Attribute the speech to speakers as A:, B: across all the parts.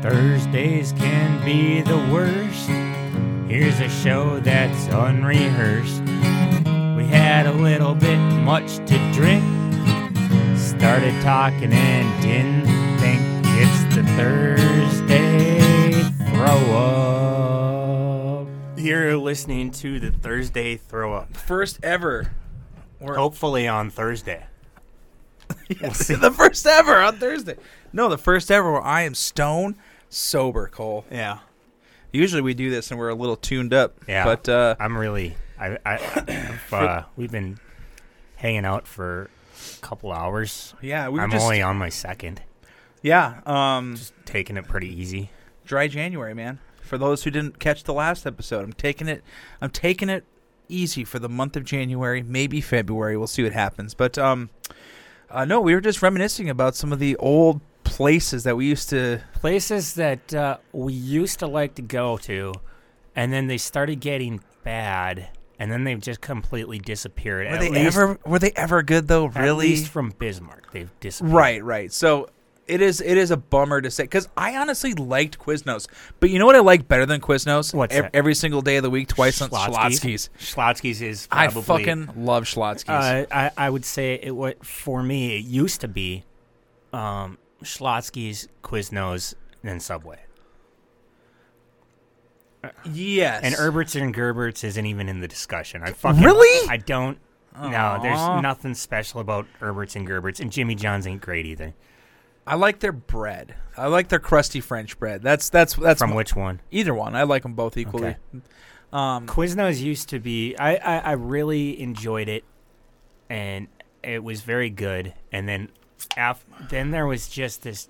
A: Thursdays can be the worst. Here's a show that's unrehearsed. We had a little bit much to drink. Started talking and didn't think it's the Thursday throw up. You're listening to the Thursday throw up.
B: First ever. Or
A: Hopefully on Thursday.
B: the first ever on Thursday. No, the first ever where I am stone sober, Cole.
A: Yeah.
B: Usually we do this and we're a little tuned up.
A: Yeah.
B: But uh,
A: I'm really. I, I I've, uh, we've been hanging out for a couple hours.
B: yeah, we were
A: I'm
B: just
A: only on my second.
B: yeah um
A: Just taking it pretty easy.
B: dry January, man. For those who didn't catch the last episode, I'm taking it. I'm taking it easy for the month of January, maybe February. We'll see what happens. But um, uh, no, we were just reminiscing about some of the old places that we used to.
A: Places that uh, we used to like to go to, and then they started getting bad, and then they've just completely disappeared.
B: Were
A: at
B: they
A: least,
B: ever? Were they ever good though?
A: at
B: Really?
A: least from Bismarck, they've disappeared.
B: Right, right. So it is it is a bummer to say because I honestly liked Quiznos, but you know what I like better than Quiznos?
A: What's that?
B: every single day of the week, twice on Schlotsky's.
A: Schlotsky's is
B: I
A: probably.
B: fucking love Schlotsky's.
A: Uh, I, I would say it what for me it used to be um Schlotsky's, Quiznos, and then Subway.
B: yes,
A: And Herberts and Gerberts isn't even in the discussion. I fucking
B: Really?
A: I don't no,
B: Aw.
A: there's nothing special about Herberts and Gerberts, and Jimmy John's ain't great either.
B: I like their bread. I like their crusty French bread. That's that's that's
A: From
B: my-
A: which one?
B: either one. I like them both equally.
A: Okay.
B: Um,
A: Quiznos used to be. I, I I really enjoyed it, and it was very good. And then, af- then there was just this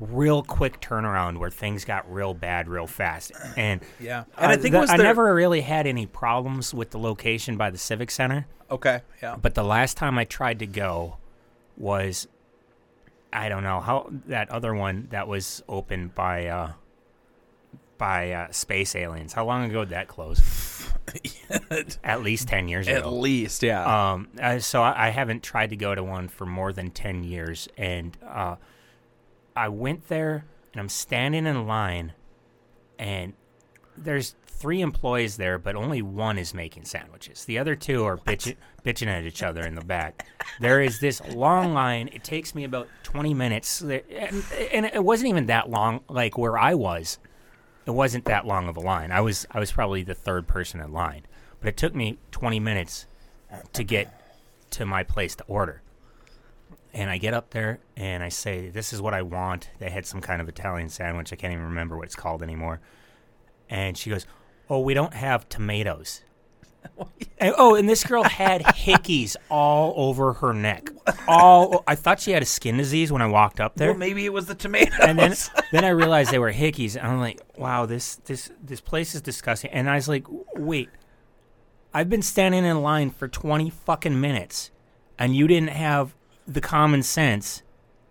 A: real quick turnaround where things got real bad real fast. And
B: yeah, and I
A: uh,
B: think
A: the-
B: it was
A: I
B: their-
A: never really had any problems with the location by the Civic Center.
B: okay. Yeah,
A: But the last time I tried to go was I don't know how that other one that was opened by uh by uh, space aliens. How long ago did that close? At least ten years
B: at
A: ago.
B: least yeah.
A: Um, I, so I, I haven't tried to go to one for more than ten years, and uh, I went there and I'm standing in line, and there's three employees there, but only one is making sandwiches. The other two are bitching, bitching at each other in the back. There is this long line. It takes me about 20 minutes, there- and, and it wasn't even that long. Like where I was, it wasn't that long of a line. I was I was probably the third person in line, but it took me 20 minutes to get to my place to order. And I get up there and I say, "This is what I want." They had some kind of Italian sandwich. I can't even remember what it's called anymore and she goes, "Oh, we don't have tomatoes." and, oh, and this girl had hickeys all over her neck. All I thought she had a skin disease when I walked up there,
B: well, maybe it was the tomato.
A: and then then I realized they were hickeys. And I'm like, "Wow, this this this place is disgusting." And I was like, "Wait, I've been standing in line for 20 fucking minutes, and you didn't have the common sense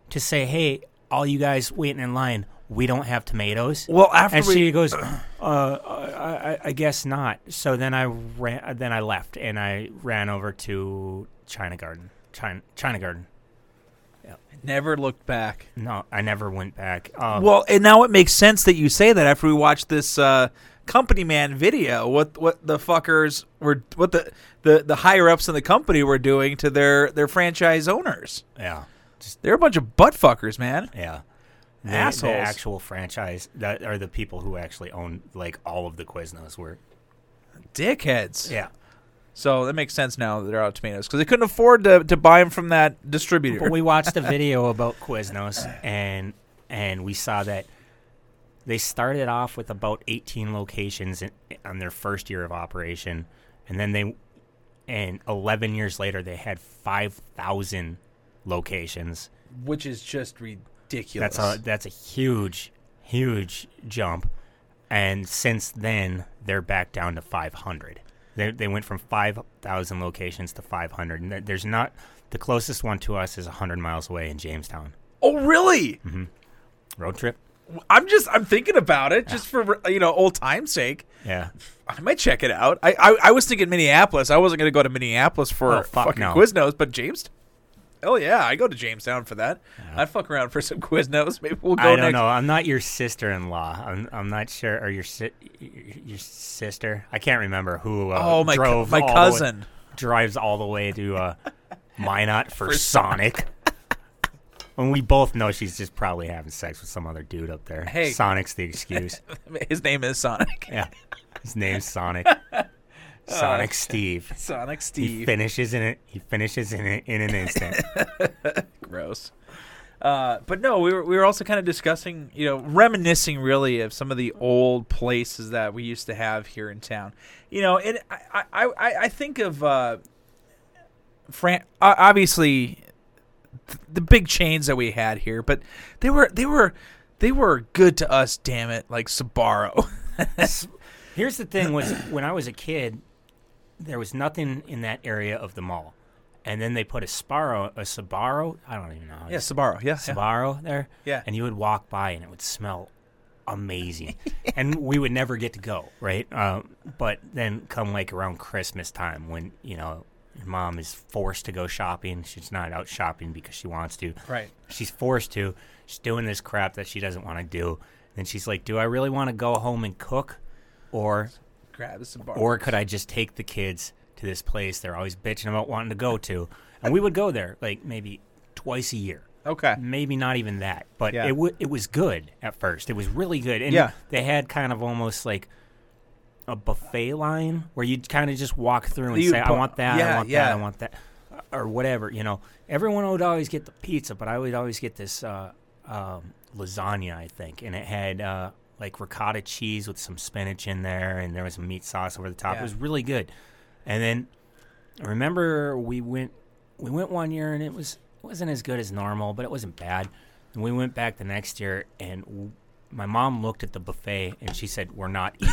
A: to say, hey, all you guys waiting in line, we don't have tomatoes.'"
B: well, after
A: and
B: we
A: she goes, uh, I, I- I guess not. So then I ran, then I left, and I ran over to China Garden. China, China Garden.
B: never looked back.
A: No, I never went back. Um,
B: Well, and now it makes sense that you say that after we watched this uh, company man video. What what the fuckers were what the the, the higher ups in the company were doing to their their franchise owners.
A: yeah,
B: They're a bunch of butt fuckers, man.
A: yeah. The,
B: Assholes.
A: The actual franchise that are the people who actually own like all of the Quiznos were.
B: Dickheads.
A: Yeah,
B: So that makes sense now that they're out of tomatoes because they couldn't afford to, to buy them from that distributor.
A: but we watched a video about Quiznos, and and we saw that they started off with about 18 locations in, on their first year of operation, and then they and 11 years later they had 5,000 locations.
B: which is just ridiculous.
A: That's a that's a huge huge jump, and since then they're back down to 500. They they went from 5,000 locations to 500, and there- there's not the closest one to us is 100 miles away in Jamestown.
B: oh really?
A: Road trip?
B: I'm just I'm thinking about it just for you know old time's sake.
A: Yeah.
B: I might check it out. I I, I was thinking Minneapolis. I wasn't going to go to Minneapolis for
A: Oh, fuck
B: fucking
A: no.
B: Quiznos, but James, hell yeah, I go to Jamestown for that. I'd fuck around for some Quiznos. Maybe we'll go
A: I don't
B: next.
A: know. I'm not your sister-in-law. I'm I'm not sure. Or your si- your sister? I can't remember who. Uh,
B: Oh my co-
A: drove
B: my
A: all the way-
B: cousin.
A: drives all the way to uh, Minot for,
B: For
A: Sonic. and we both know she's just probably having sex with some other dude up there.
B: Hey.
A: Sonic's the excuse.
B: His name is Sonic.
A: yeah, his name's Sonic. Sonic Steve.
B: Sonic
A: He
B: Oh, Steve.
A: finishes in it. He finishes in it in an instant.
B: Gross. Uh, but no, we were we were also kind of discussing, you know, reminiscing really of some of the old places that we used to have here in town. You know, and I I, I, I think of uh, Fran- o- obviously th- the big chains that we had here, but they were they were they were good to us. Damn it, like Sabaro.
A: Here's the thing: was when I was a kid, there was nothing in that area of the mall, and then they put a Sparrow, a Sabaro. I don't even know. How to
B: yeah, Sabaro. Yeah, yeah.
A: Sabaro there.
B: Yeah.
A: And you would walk by and it would smell amazing. and we would never get to go, right? Um, but then come like around Christmas time when, you know, your mom is forced to go shopping. She's not out shopping because she wants to.
B: Right.
A: She's forced to. She's doing this crap that she doesn't want to do. And she's like, do I really want to go home and cook? Or
B: Grab the Sabaro.
A: or could I just take the kids to this place they're always bitching about wanting to go to? And we would go there like maybe twice a year
B: okay.
A: maybe not even that, but
B: Yeah.
A: it w- it was good at first. It was really good, and
B: Yeah.
A: they had kind of almost like a buffet line where you'd kind of just walk through and
B: You
A: say, "I
B: bu-
A: want that, I
B: yeah,
A: want
B: yeah.
A: that, I want that," or whatever. You know, everyone would always get the pizza, but I would always get this uh, um, lasagna, I think, and it had uh, like ricotta cheese with some spinach in there, and there was a meat sauce over the top.
B: Yeah.
A: It was really good, and then I remember we went we went one year and it was it wasn't as good as normal, but it wasn't bad. And we went back the next year and w- my mom looked at the buffet and she said, "We're not eating."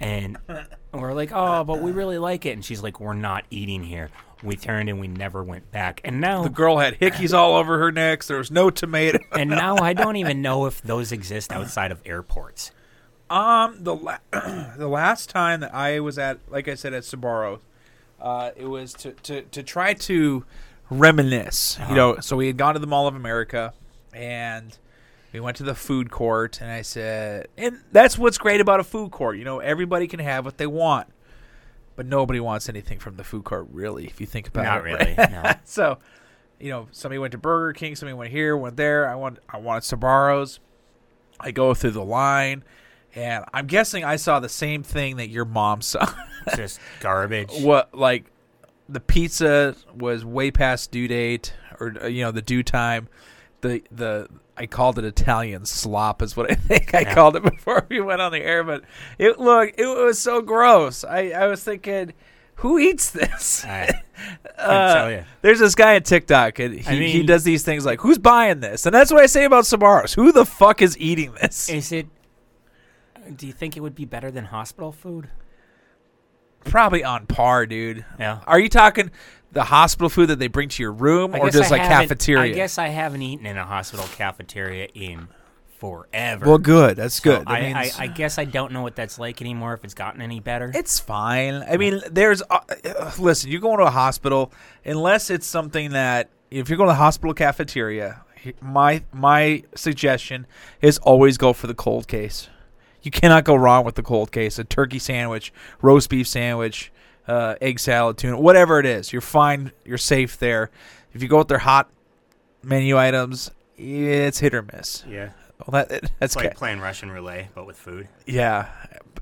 A: and we're like, "Oh, but we really like it." And she's like, "We're not eating here." We turned and we never went back. And now
B: The girl had hickeys all over her necks. There was no tomato.
A: and now I don't even know if those exist outside of airports.
B: Um, the la- the last time that I was at, like I said, at Sabaro, uh, it was to, to to try to reminisce.
A: Uh-huh.
B: You know, so we had gone to the Mall of America, and we went to the food court, and I said, and that's what's great about a food court. You know, everybody can have what they want, but nobody wants anything from the food court, really. If you think about
A: Not
B: it,
A: really. No.
B: so, you know, somebody went to Burger King, somebody went here, went there. I want I wanted Sabaros. I go through the line, and I'm guessing I saw the same thing that your mom saw.
A: Just garbage.
B: what like the pizza was way past due date, or uh, you know the due time. The the I called it Italian slop is what I think I
A: Yeah.
B: called it before we went on the air, but it look it was so gross. I I was thinking, who eats this?
A: I, I
B: Uh,
A: tell you.
B: There's this guy at TikTok, and he,
A: I mean-
B: he does these things like, "Who's buying this?" And that's what I say about Sbarro's. Who the fuck is eating this?
A: Is it do you think it would be better than hospital food?
B: Probably on par, dude.
A: Yeah.
B: Are you talking the hospital food that they bring to your room,
A: I
B: or
A: guess
B: just
A: I
B: like
A: haven't-
B: cafeteria?
A: I guess I haven't eaten in a hospital cafeteria in forever.
B: Well, good. That's good.
A: I,
B: That
A: I,
B: means-
A: I guess I don't know what that's like anymore. If it's gotten any better,
B: It's fine. I mean, there's. Uh, uh, listen, you're going to a hospital unless it's something that if you're going to the hospital cafeteria, he- my my suggestion is always go for the cold case. You cannot go wrong with the cold case. A turkey sandwich, roast beef sandwich, uh, egg salad, tuna, whatever it is, you're fine. You're safe there. If you go with their hot menu items, it's hit or miss.
A: yeah,
B: Well, that that's ca-
A: playing Russian roulette but with food.
B: yeah,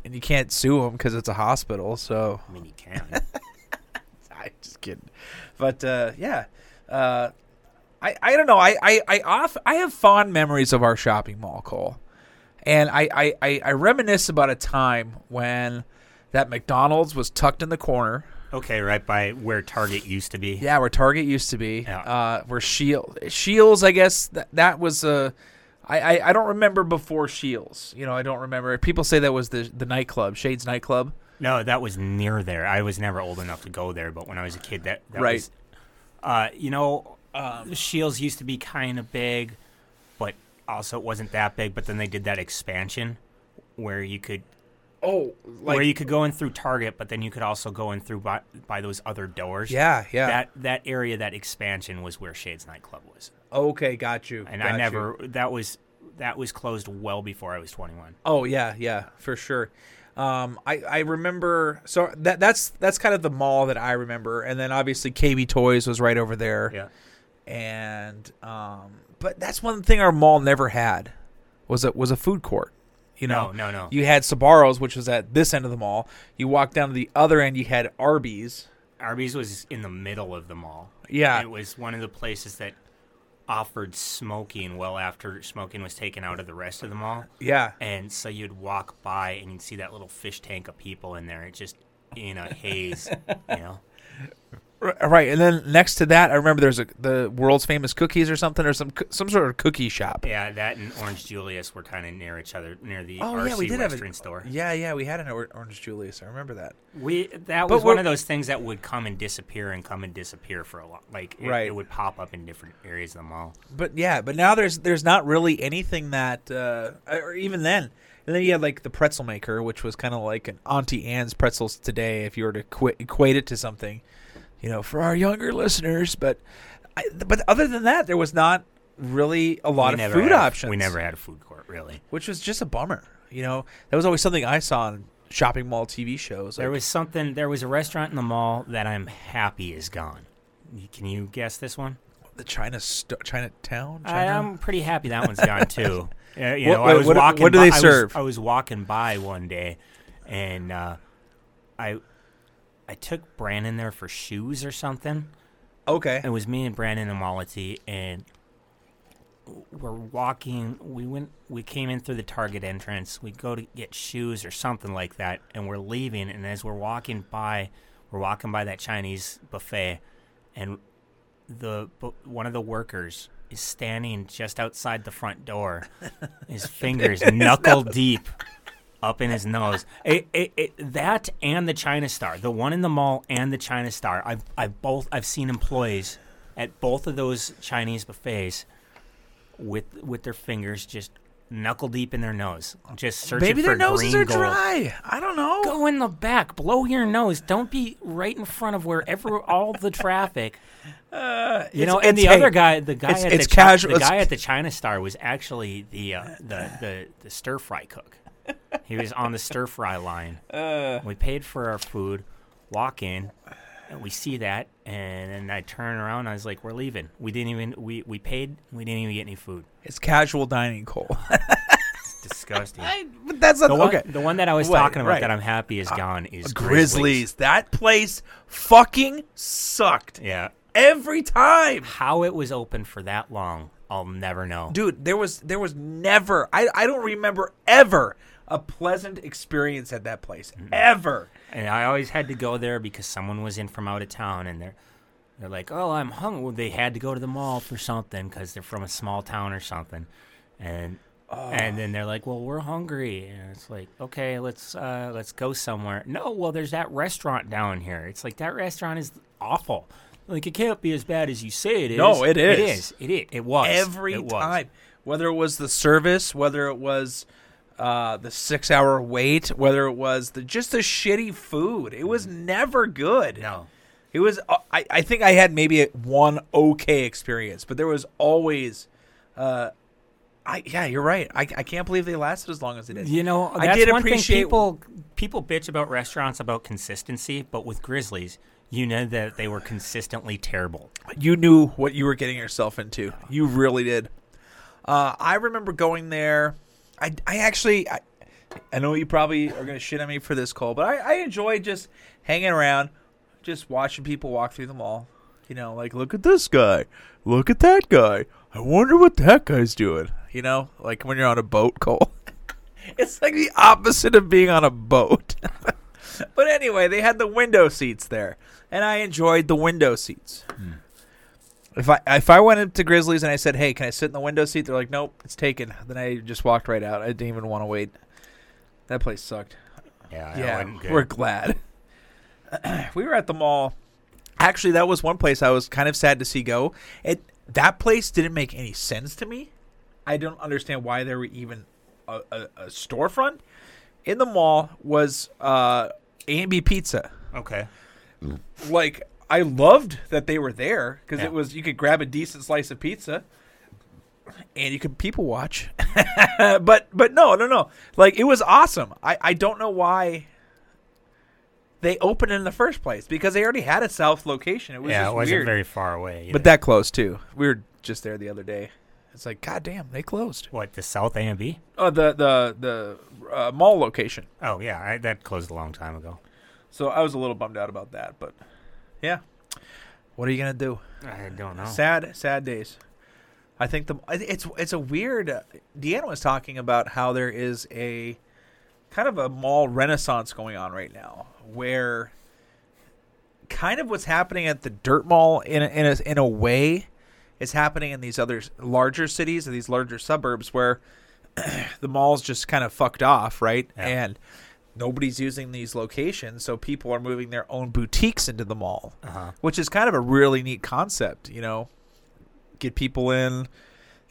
B: and you can't sue them because it's a hospital, so.
A: I mean, you can.
B: I'm just kidding. But uh, yeah, uh, I I don't know. I I I off I have fond memories of our shopping mall, Cole, and I I I, I reminisce about a time when that McDonald's was tucked in the corner.
A: okay, right by where Target used to be.
B: Yeah, where Target used to be.
A: Yeah.
B: Uh, where Shield Shields, I guess that that was uh, I, I I don't remember before Shields. You know, I don't remember. People say that was the the nightclub, Shades nightclub.
A: No, that was near there. I was never old enough to go there, but when I was a kid, that, that
B: Right.
A: was. Uh, you know, the Shields used to be kind of big, but also it wasn't that big. But then they did that expansion where you could
B: Oh, like
A: where you could go in through Target, but then you could also go in through by, by those other doors.
B: yeah, yeah.
A: That that area, that expansion was where Shades Nightclub was,
B: okay, got you.
A: and
B: got
A: I
B: you.
A: never that was that was closed well before I was 21.
B: Oh yeah, yeah, for sure. Um, I, I remember so that that's that's kind of the mall that I remember, and then obviously KB Toys was right over there,
A: Yeah,
B: and um, but that's one thing our mall never had was a was a food court. You know,
A: no, no, no.
B: you had Sabaros, which was at this end of the mall. You walked down to the other end, you had Arby's.
A: Arby's was in the middle of the mall.
B: Yeah,
A: It was one of the places that offered smoking well after smoking was taken out of the rest of the mall.
B: yeah,
A: And so you'd walk by and you'd see that little fish tank of people in there, just in a haze, you know.
B: R- right. And then next to that, I remember there's a the world's famous cookies or something, or some coo- some sort of cookie shop.
A: Yeah, that and Orange Julius were kind of near each other, near the
B: Oh,
A: RC
B: yeah, we did have
A: E Western
B: an-
A: store.
B: Yeah, yeah, we had an or- Orange Julius. I remember that.
A: We that
B: But
A: was one
B: we're-
A: of those things that would come and disappear and come and disappear for a long, like it,
B: Right.
A: it would pop up in different areas of the mall.
B: But yeah, but now there's there's not really anything that, uh, or even then. And then you had like the pretzel maker, which was kind of like an Auntie Anne's pretzels today, if you were to equi- equate it to something, you know, for our younger listeners. But I, but other than that, there was not really a lot
A: we
B: of
A: never
B: food
A: had a-
B: options.
A: We never had a food court really.
B: which was just a bummer. You know, that was always something I saw on shopping mall TV shows.
A: There
B: like-
A: was something. There was a restaurant in the mall that I'm happy is gone. You- Can you guess this one?
B: the China st- Chinatown.
A: I,
B: China?
A: I'm pretty happy that one's gone too. Yeah, you
B: What-
A: know, I was
B: what-
A: walking.
B: what do
A: by,
B: they
A: I was-
B: serve?
A: I was, walking by one day, and uh, I I took Brandon there for shoes or something.
B: okay.
A: It was me and Brandon and Malati, and we're walking. We went. We came in through the Target entrance. We go to get shoes or something like that, and we're leaving. And as we're walking by, we're walking by that Chinese buffet, and the bu- one of the workers is standing just outside the front door, his fingers knuckle deep up in his nose. It, it, it, that and the China Star, the one in the mall and the China Star. I've I've both I've seen employees at both of those Chinese buffets with with their fingers just knuckle deep in their nose, just searching
B: Maybe
A: for
B: their noses
A: green
B: are
A: gold.
B: dry. I don't know.
A: Go in the back, blow your nose. Don't be right in front of wherever all the traffic. You know, and the
B: Uh, hey,
A: other guy, the guy
B: it's-
A: at
B: it's
A: the, Chi-
B: casual-
A: the
B: it's-
A: guy at the China Star was actually the uh, the the, the stir fry cook. He was on the stir fry line.
B: Uh.
A: we paid for our food, walk in, and we see that, and then I turn around. And I was like, "We're leaving. We didn't even we we paid. We didn't even get any food.
B: It's casual dining, Cole.
A: It's disgusting."
B: but that's not
A: The one,
B: okay.
A: the one that I was
B: Wait,
A: talking about
B: right.
A: that I'm happy is gone is
B: Grizzlies. That place fucking sucked
A: Yeah.
B: every time.
A: How it was open for that long, I'll never know.
B: Dude, there was there was never I, I don't remember ever a pleasant experience at that place. Ever.
A: And I always had to go there because someone was in from out of town and they're they're like, "Oh, I'm hung." Well, they had to go to the mall for something because they're from a small town or something, and and then they're like, "Well, we're hungry," and it's like, "Okay, let's uh, let's go somewhere." No, well, there's that restaurant down here. It's like that restaurant is awful. Like it can't be as bad as you say it is.
B: No, it
A: It
B: is.
A: is. It, is. it was
B: Every
A: It was.
B: time. Whether it was the service, whether it was uh, the six hour wait, whether it was the just the shitty food. It was never good.
A: Mm-hmm. No.
B: It was. uh, I, I think I had maybe one okay experience, but there was always. Uh, I yeah, you're right. I, I can't believe they lasted as long as they did.
A: You know,
B: I
A: that's
B: did
A: one
B: appreciate-
A: thing people people bitch about restaurants about consistency, but with Grizzlies, you know that they were consistently terrible.
B: You knew what you were getting yourself into. You really did. Uh, I remember going there. I I actually I, I know you probably are gonna shit on me for this, Cole, but I I enjoy just hanging around, just watching people walk through the mall. You know, like look at this guy, look at that guy. I wonder what that guy's doing. You know, like when you're on a boat, Cole. It's like the opposite of being on a boat. but anyway, they had the window seats there, and I enjoyed the window seats. If I if I went into Grizzlies and I said, "Hey, can I sit in the window seat?" They're like, "Nope, it's taken." Then I just walked right out. I didn't even want to wait. That place sucked.
A: Yeah,
B: yeah, we're glad. we were at the mall. Actually, that was one place I was kind of sad to see go. It that place didn't make any sense to me. I don't understand why there were even a, a, a storefront. in the mall was uh, A and B Pizza.
C: Okay.
B: Like I loved that they were there because
A: Yeah.
B: it was you could grab a decent slice of pizza, and you could people watch. but but no no no like it was awesome. I I don't know why. They opened in the first place because they already had a south location. It was
A: yeah,
B: just
A: it wasn't
B: weird.
A: very far away.
B: But
A: either.
B: that closed too. We were just there the other day. It's like, god damn, they closed.
A: what the South A and B?
B: Uh, the the the uh, mall location.
A: Oh yeah, I, that closed a long time ago.
B: So I was a little bummed out about that, but yeah. What are you gonna do?
A: I don't know.
B: Sad, sad days. I think the I- it's it's a weird. uh, Deanna was talking about how there is a kind of a mall renaissance going on right now, where kind of what's happening at the dirt mall in a, in a, in a way is happening in these other s- larger cities or these larger suburbs where the mall's just kind of fucked off, right?
A: Yeah.
B: And nobody's using these locations, so people are moving their own boutiques into the mall
A: Uh-huh.
B: which is kind of a really neat concept, you know. Get people in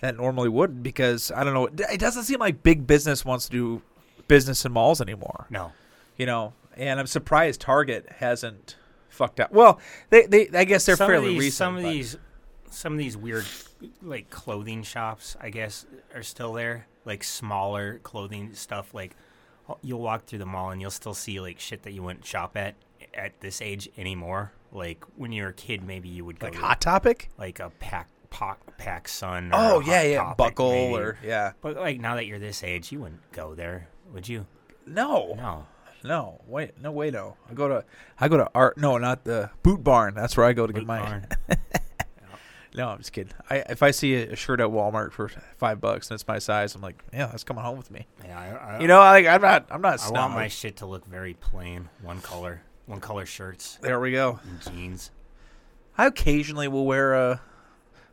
B: that normally wouldn't because I don't know, it it doesn't seem like big business wants to do business in malls anymore,
A: No.
B: you know. And I'm surprised Target hasn't fucked up. Well, they they I guess they're
A: some
B: fairly
A: of these,
B: recent.
A: Some of
B: but-
A: these, some of these weird, like clothing shops, I guess, are still there. Like smaller clothing stuff. Like oh, you'll walk through the mall and you'll still see like shit that you wouldn't shop at at this age anymore. Like when you were a kid, maybe you would go
B: like
A: to,
B: Hot Topic?
A: like a pack pack pack sun. Or
B: Oh
A: a
B: yeah,
A: Hot
B: yeah,
A: Topic,
B: Buckle
A: maybe.
B: or yeah.
A: But like now that you're this age, you wouldn't go there, would you?
B: No. No,
A: No.
B: wait, no way no. I go to I go to art no, not the Boot Barn. That's where I go to get
A: Boot
B: mine.
A: barn.
B: No, I'm just kidding. I if I see a a shirt at Walmart for five bucks and it's my size, I'm like, yeah, that's coming home with me.
A: Yeah, I, I,
B: You know, like I'm not, I'm not. a
A: I
B: Snob.
A: want my shit to look very plain, one color, one color shirts
B: there we go.
A: and jeans.
B: I occasionally will wear a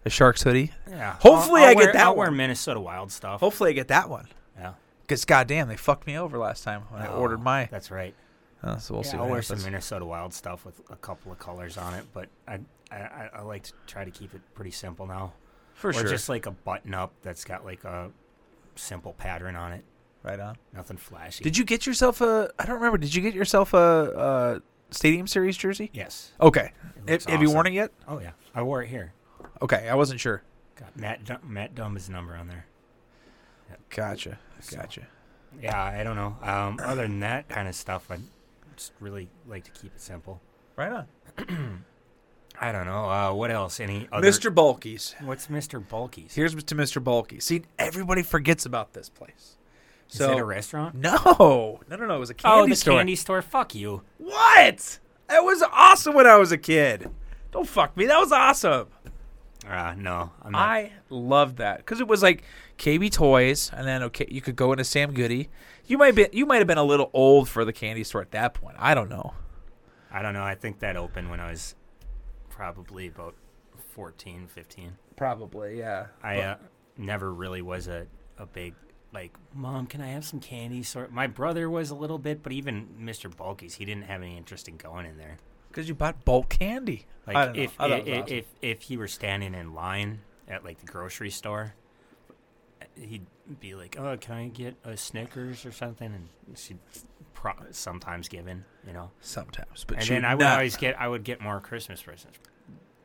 B: a shark's hoodie.
A: Yeah.
B: Hopefully
A: I'll,
B: I
A: I'll
B: get
A: wear,
B: that
A: I'll wear
B: one.
A: Minnesota Wild stuff.
B: Hopefully, I get that one.
A: Yeah.
B: Cause goddamn, they fucked me over last time when I ordered
A: Oh,
B: my.
A: That's right.
B: Oh, so we'll
A: Yeah,
B: see.
A: I'll
B: what
A: wear some
B: happens.
A: Minnesota Wild stuff with a couple of colors on it, but I I- I, I like to try to keep it pretty simple now.
B: for
A: or
B: sure.
A: just like a button up that's got like a simple pattern on it.
B: right on.
A: Nothing flashy.
B: Did you get yourself a? I don't remember. Did you get yourself a, a stadium series jersey?
A: Yes.
B: Okay.
A: It
B: If,
A: looks
B: Have you worn it
A: awesome.
B: yet?
A: Oh yeah, I wore it here.
B: Okay, I wasn't sure.
A: Got Matt Dum- Matt Dumb's number on there.
B: Gotcha.
A: So-
B: Gotcha.
A: Yeah, I don't know. Um, other than that kind of stuff, I just really like to keep it simple.
B: Right on.
A: I don't know. Uh, what else? Any other?
B: Mr. Bulkies.
A: What's Mr. Bulky's?
B: Here's to Mr. Bulky. See, everybody forgets about this place.
A: Is
B: So
A: it a restaurant?
B: no, no, no, no. It was a candy
A: oh, the
B: store.
A: candy store. Fuck you.
B: What? That was awesome when I was a kid. Don't fuck me. That was awesome.
A: Uh, no, I'm not.
B: I loved that because it was like KB Toys, and then okay, you could go into Sam Goody. You might be, you might have been a little old for the candy store at that point. I don't know.
A: I don't know. I think that opened when I was probably about 14, 15.
B: Probably, yeah.
A: I uh, never really was a, a big like mom. Can I have some candy? Sort. My brother was a little bit, but even Mr. Bulky's, he didn't have any interest in going in there.
B: Because you bought bulk candy. I
A: Like
B: don't know.
A: if
B: I
A: i
B: thought it was
A: if,
B: awesome.
A: if if you were standing in line at like the grocery store, he'd be like, "Oh, can I get a Snickers or something?" And she'd pro- sometimes given, you know.
B: Sometimes, but
A: and
B: you
A: then I would
B: not,
A: always get I would get more Christmas presents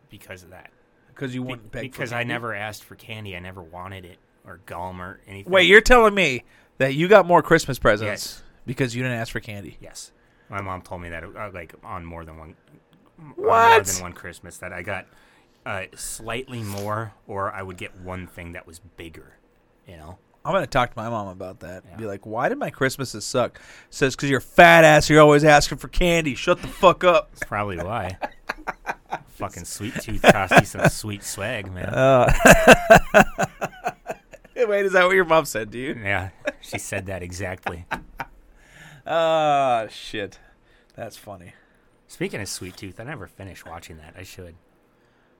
A: because of that.
B: because you
A: Be-
B: wouldn't beg for
A: because I
B: candy?
A: never asked for candy. I never wanted it or gum or anything.
B: Wait, you're telling me that you got more Christmas presents
A: Yes.
B: because you didn't ask for candy?
A: yes. My mom told me that uh, like on more than one on more
B: What?
A: than one Christmas that I got uh, slightly more or I would get one thing that was bigger. You know.
B: I'm gonna talk to my mom about that.
A: Yeah.
B: Be like, why did my Christmases suck? Says because you're a fat ass. You're always asking for candy. Shut the fuck up.
A: That's probably why. Fucking sweet tooth cost you some sweet swag, man.
B: Uh, Wait, is that what your mom said to you?
A: yeah, she said that exactly.
B: Ah, shit. That's funny.
A: Speaking of sweet tooth, I never finished watching that. I should.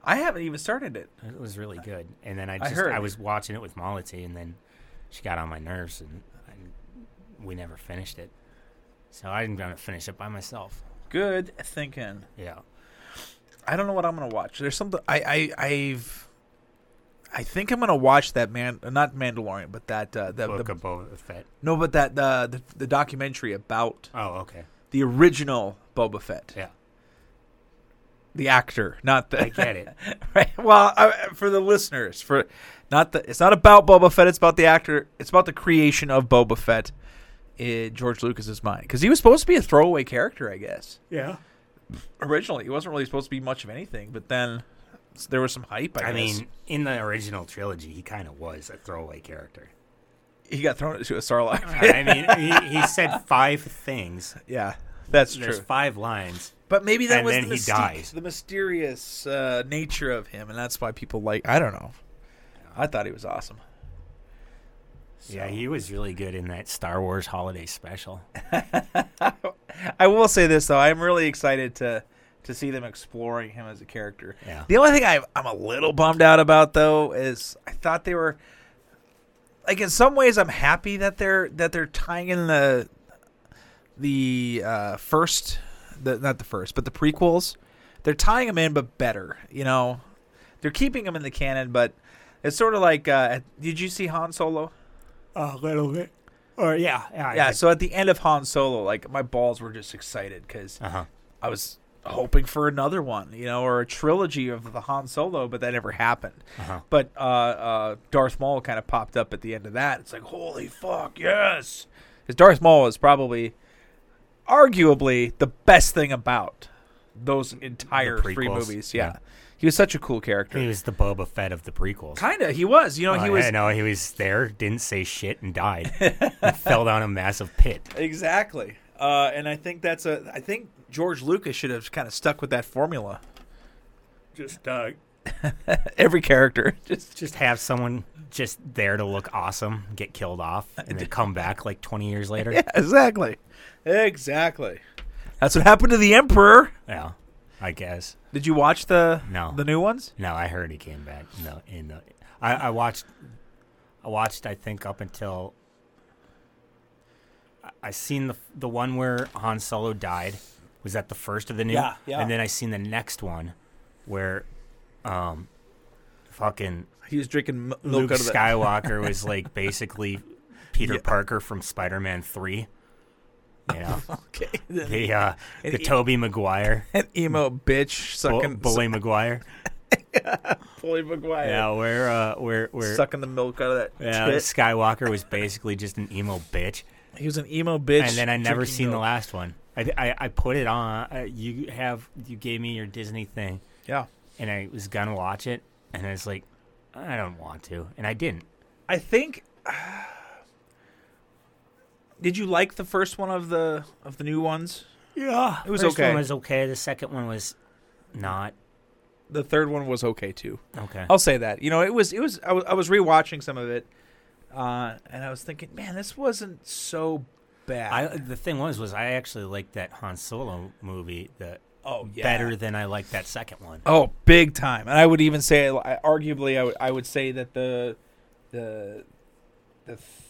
B: I haven't even started it.
A: It was really good. And then I just I,
B: heard.
A: was watching it with Molly, and then she got on my nerves, and, and we never finished it. So I'm gonna finish it by myself.
B: Good thinking.
A: Yeah.
B: I don't know what I'm gonna watch. There's something I I I've I think I'm gonna watch that man, uh, not Mandalorian, but that uh, the,
A: Book
B: the
A: of Boba Fett.
B: no, but that uh, the the documentary about
A: Oh, okay.
B: the original Boba Fett,
A: Yeah,
B: the actor, not the
A: I get it.
B: right. Well, I, for the listeners, for not the it's not about Boba Fett. It's about the actor. It's about the creation of Boba Fett in George Lucas's mind because he was supposed to be a throwaway character, I guess.
A: yeah.
B: Originally, he wasn't really supposed to be much of anything, but then s- there was some hype. I,
A: I
B: guess.
A: mean, in the original trilogy, he kind of was a throwaway character.
B: he got thrown into a starlight. pit.
A: I mean, he, he said five things.
B: yeah, that's true.
A: There's five lines.
B: But maybe that
A: And
B: was
A: then
B: the,
A: he
B: mystique,
A: dies.
B: the mysterious uh, nature of him, and that's why people like. I don't know. I thought he was awesome.
A: Yeah, he was really good in that Star Wars holiday special.
B: I will say this though, I'm really excited to to see them exploring him as a character.
A: Yeah.
B: The only thing I, I'm a little bummed out about though is I thought they were like in some ways I'm happy that they're that they're tying in the the uh, first the not the first but the prequels they're tying them in but better you know they're keeping them in the canon but it's sort of like uh, did you see Han Solo
A: A little bit. Or, yeah.
B: yeah so at the end of Han Solo like my balls were just excited because
A: Uh huh.
B: I was hoping for another one, you know, or a trilogy of the Han Solo, but that never happened.
A: Uh huh.
B: But uh, uh, Darth Maul kind of popped up at the end of that. It's like, holy fuck, yes! Because Darth Maul is probably, arguably, the best thing about those entire three
A: prequels,
B: movies. Yeah.
A: yeah.
B: he was such a cool character.
A: He was the Boba Fett of the prequels.
B: Kinda, he was. You know, he
A: Uh,
B: was
A: yeah, no, he was there, didn't say shit, and died. and fell down a massive pit.
B: exactly. Uh, and I think that's a. I think George Lucas should have kind of stuck with that formula.
A: Just, uh,
B: Every character, just
A: just have someone just there to look awesome, get killed off, and then come back like 20 years later. Yeah.
B: exactly. Exactly. That's what happened to the Emperor.
A: I guess.
B: Did you watch the
A: No.
B: the new ones?
A: No, I heard he came back. No, in the, I, I watched, I watched. I think up until I, I seen the the one where Han Solo died. Was that the first of the new?
B: Yeah, yeah.
A: And then I seen the next one, where, um, fucking
B: He was drinking m- milk
A: Luke
B: out of the
A: Skywalker was like basically Peter Parker from Spider Man Three. You know
B: okay.
A: the uh,
B: And
A: the
B: he-
A: Toby Maguire,
B: An emo bitch
A: Bu-
B: sucking
A: Bully Maguire.
B: Bully McGuire.
A: Yeah, where uh, where where
B: Sucking the milk out of that.
A: Yeah,
B: tit.
A: Uh, Skywalker was basically just an emo bitch,
B: He was an emo bitch.
A: and then I never
B: drinking
A: seen the
B: milk.
A: last one. I, I, I put it on. I, you have you gave me your Disney thing,
B: Yeah.
A: and I was gonna watch it, and I was like, I don't want to, and I didn't.
B: I think Did you like the first one of the of the new ones?
A: Yeah,
B: It was
A: First
B: okay.
A: One was okay. The second one was not
B: The third one was okay too.
A: okay.
B: I'll say that. You know, it was it was I was, I was rewatching some of it, uh, and I was thinking, man, this wasn't so bad.
A: I, the thing was was I actually liked that Han Solo movie the
B: oh
A: better than I liked that second one.
B: Oh, big time. And I would even say, I- arguably, I would I would say that the the the f-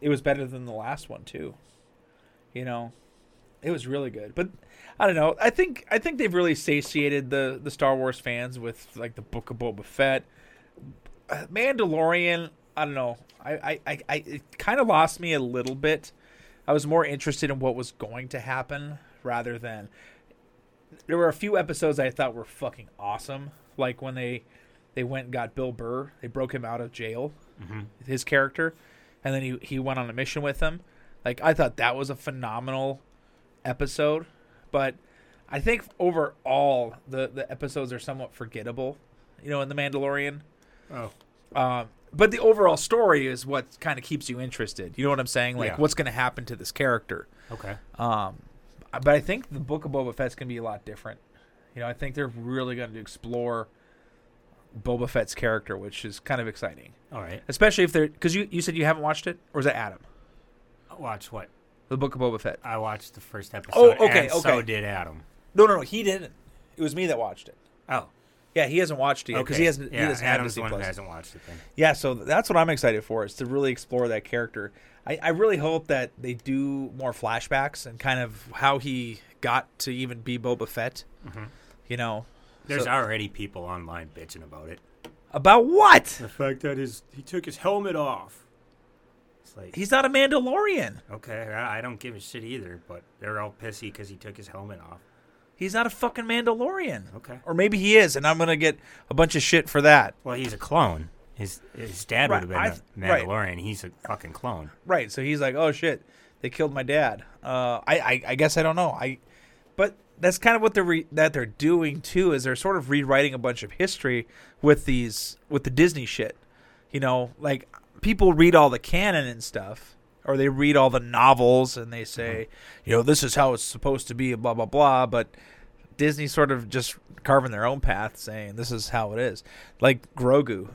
B: it was better than the last one too. You know, it was really good. But I don't know. I think I think they've really satiated the the Star Wars fans with like the Book of Boba Fett, Uh, Mandalorian. I don't know. I I I, I it kind of lost me a little bit. I was more interested in what was going to happen rather than there were a few episodes I thought were fucking awesome, like when they they went and got Bill Burr, they broke him out of jail,
A: Mhm.
B: his character, and then he he went on a mission with them. Like I thought that was a phenomenal episode, but I think overall the the episodes are somewhat forgettable, you know, in the Mandalorian.
A: Oh,
B: Um, but the overall story is what kind of keeps you interested. You know what I'm saying? Like
A: Yeah.
B: what's going to happen to this character?
A: okay.
B: Um, but I think the Book of Boba Fett's gonna be a lot different. You know, I think they're really going to explore Boba Fett's character, which is kind of exciting,
A: All right.
B: especially if they're because you you said you haven't watched it, or is that Adam?
A: Watch what
B: The Book of Boba Fett.
A: I watched the first episode.
B: Oh, okay,
A: and So
B: okay.
A: did Adam.
B: No, no, no, he didn't. It was me that watched it.
A: Oh.
B: Yeah, he hasn't watched it because
A: Okay.
B: Oh, he hasn't.
A: Yeah,
B: he doesn't
A: Adam's the
B: have
A: one who
B: Disney Plus.
A: hasn't watched it. Then.
B: Yeah, so th- that's what I'm excited for is to really explore that character. I, I really hope that they do more flashbacks and kind of how he got to
A: Mm-hmm.
B: even be Boba Fett. You know,
A: There's
B: So-
A: already people online bitching about it.
B: About what?
C: The fact that his he took his helmet off.
A: It's like,
B: He's not a Mandalorian.
A: okay, I I don't give a shit either, but they're all pissy because he took his helmet off.
B: He's not a fucking Mandalorian.
A: Okay.
B: Or maybe he is, and I'm gonna get a bunch of shit for that.
A: Well, he's a clone. His his dad
B: Right,
A: would have been
B: I-
A: a
B: right.
A: Mandalorian. He's a fucking clone.
B: Right. So he's like, "Oh shit, they killed my dad." Uh, I, I, I guess I don't know. I, but that's kind of what they're re- that they're doing too. Is they're sort of rewriting a bunch of history with these with the Disney shit. You know, like people read all the canon and stuff, or they read all the novels and they say, you know, this is how it's supposed to be, blah blah blah. But Disney sort of just carving their own path, saying this is how it is. Like Grogu,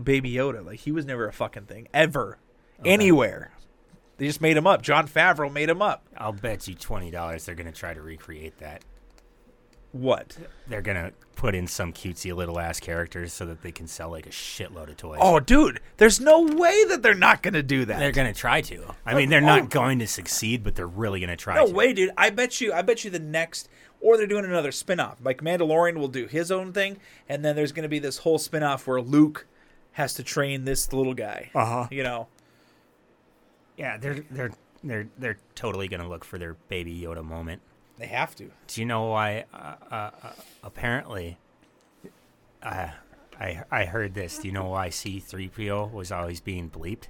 B: Baby Yoda, like he was never a fucking thing ever, anywhere. They just made him up. John Favreau made him up.
A: I'll bet you twenty dollars they're gonna try to recreate that.
B: What?
A: They're gonna put in some cutesy little ass characters so that they can sell like a shitload of toys.
B: Oh, dude, there's no way that they're not going to do that.
A: they're gonna try to. I mean, they're
B: oh.
A: not going to succeed, but they're really gonna try.
B: No
A: to.
B: way, dude. I bet you. I bet you the next, or they're doing another spin-off. Like Mandalorian will do his own thing, and then there's going to be this whole spin-off where Luke has to train this little guy.
A: Uh-huh.
B: You know,
A: Yeah, they're they're they're they're totally gonna look for their baby Yoda moment.
B: they have to.
A: Do you know why? Uh, uh, uh, apparently, uh, I I heard this. Do you know why C-3PO was always being bleeped?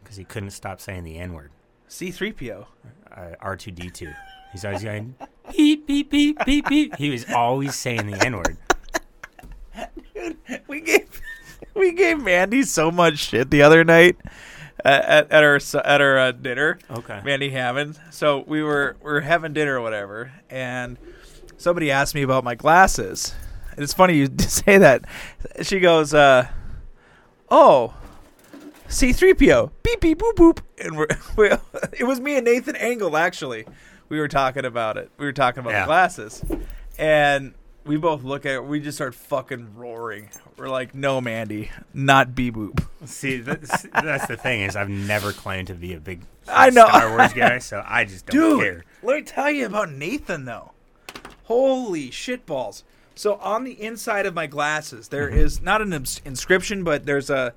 A: Because he couldn't stop saying the N-word.
B: C-3PO.
A: Uh, R2D2. He's always going beep beep beep beep beep. He was always saying the N-word.
B: we gave we gave Mandy so much shit the other night at, at, at our at our uh, dinner.
A: Okay.
B: Mandy Hammond. So we were we were having dinner or whatever, and somebody asked me about my glasses. And it's funny you say that. She goes, uh, "Oh, C-3PO, beep beep boop boop," and we're, we it was me and Nathan Angle actually. We were talking about it. We were talking about
A: Yeah.
B: the glasses, and we both look at. it. We just start fucking roaring. We're like, "No, Mandy, not beep boop."
A: See, that's, that's the thing is I've never claimed to be a big
B: I know.
A: Star Wars guy, so I just don't
B: Dude,
A: care.
B: let me tell you about Nathan though. Holy shitballs! So on the inside of my glasses, there
A: Mm-hmm.
B: is not an ins- inscription, but there's a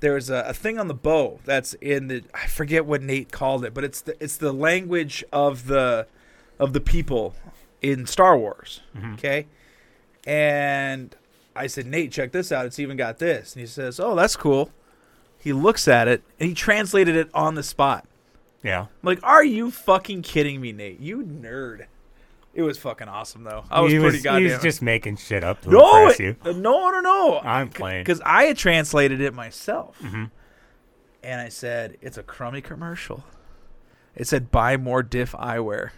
B: there's a, a thing on the bow that's in the I forget what Nate called it, but it's the it's the language of the of the people in Star Wars.
A: Mm-hmm.
B: Okay, and I said, Nate, check this out. It's even got this, and he says, Oh, that's cool. He looks at it and he translated it on the spot.
A: Yeah.
B: I'm like, are you fucking kidding me, Nate? You nerd. It was fucking awesome though. I was
A: he
B: pretty
A: was,
B: goddamn.
A: He was just making shit up to
B: no,
A: impress
B: it-
A: you.
B: no, no, no.
A: I'm playing. Mm-hmm.
B: Because I had translated it myself, and I said it's a crummy commercial. It said buy more Diff eyewear.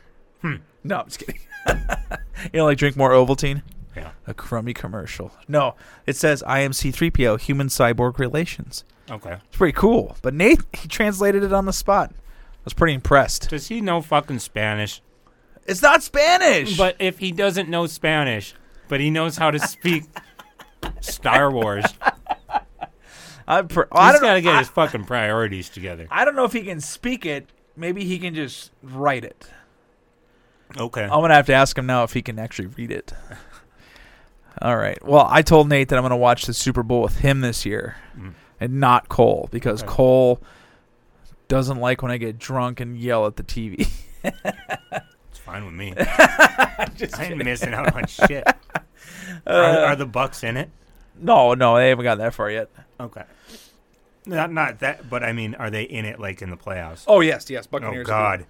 A: Hmm.
B: No, I'm just kidding. you know, like drink more Ovaltine.
A: Yeah.
B: A crummy commercial. No, it says I am C3PO, human cyborg relations.
A: Okay.
B: It's pretty cool. But Nate, he translated it on the spot. I was pretty impressed.
A: Does he know fucking Spanish?
B: It's not Spanish.
A: But if he doesn't know Spanish, but he knows how to speak Star Wars, he's
B: I'm pr- I don't
A: got
B: know.
A: to get
B: I,
A: his fucking priorities together.
B: I don't know if he can speak it. Maybe he can just write it.
A: Okay.
B: I'm gonna have to ask him now if he can actually read it. All right. Well, I told Nate that I'm gonna watch the Super Bowl with him this year,
A: Mm.
B: and not Cole because
A: Okay.
B: Cole doesn't like when I get drunk and yell at the TV.
A: It's fine with me. I ain't missing out on shit.
B: Uh,
A: are, are the Bucks in it?
B: no, no, they haven't gotten that far yet.
A: Okay. Not not that, but I mean, are they in it like in the playoffs?
B: Oh yes, yes,
A: oh
B: Buccaneers.
A: God,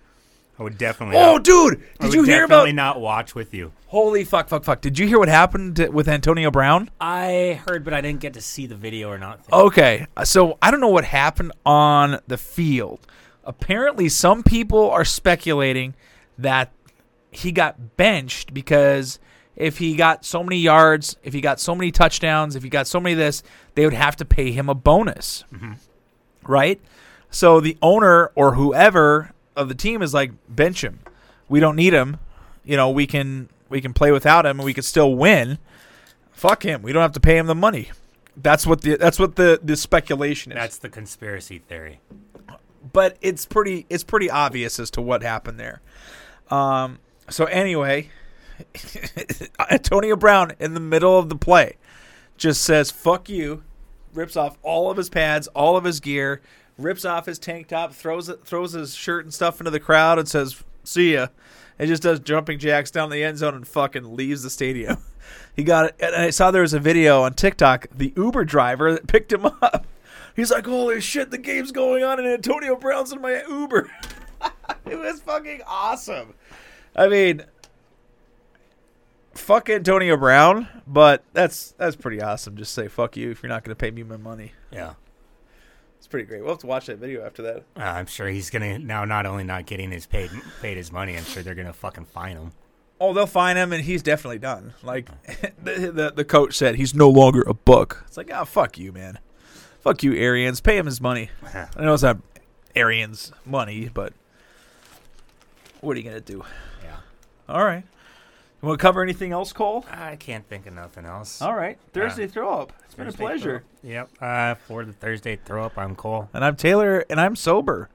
A: I would definitely.
B: Oh,
A: not- I
B: dude! Did
A: would
B: you hear
A: definitely
B: about?
A: Not watch with you.
B: Holy fuck, fuck, fuck! Did you hear what happened to- with Antonio Brown?
A: I heard, but I didn't get to see the video or not.
B: Okay, so I don't know what happened on the field. Apparently, some people are speculating that he got benched because if he got so many yards, if he got so many touchdowns, if he got so many of this, they would have to pay him a bonus. Right? So the owner or whoever of the team is like, bench him. We don't need him. You know, we can we can play without him and we could still win. Fuck him. We don't have to pay him the money. That's what the that's what the, the speculation is.
A: That's the conspiracy theory.
B: but it's pretty it's pretty obvious as to what happened there. Um, so anyway, Antonio Brown in the middle of the play just says "fuck you," rips off all of his pads, all of his gear, rips off his tank top, throws it, throws his shirt and stuff into the crowd, and says "see ya." And just does jumping jacks down the end zone and fucking leaves the stadium. He got it, and I saw there was a video on TikTok. The Uber driver that picked him up. He's like, "Holy shit, the game's going on, and Antonio Brown's in my Uber." it was fucking awesome. I mean, fuck Antonio Brown, but that's that's pretty awesome. Just say fuck you if you're not going to pay me my money.
A: Yeah.
B: It's pretty great. We'll have to watch that video after that.
A: Uh, I'm sure he's gonna now. Not only not getting his paid paid his money, I'm sure they're gonna fucking fine him.
B: Oh, they'll find him, and he's definitely done. Like the, the the coach said, he's no longer a buck. It's like, ah, fuck you, man. Fuck you, Arians. Pay him his money. I know it's not Arians' money, but what are you gonna do?
A: Yeah.
B: All right. You want to cover anything else, Cole?
A: I can't think of nothing else.
B: All right. Thursday throw up. It's been a
A: Thursday
B: pleasure.
A: throw- Yep. Uh, for the Thursday throw up, I'm Cole.
B: And I'm Taylor, and I'm sober.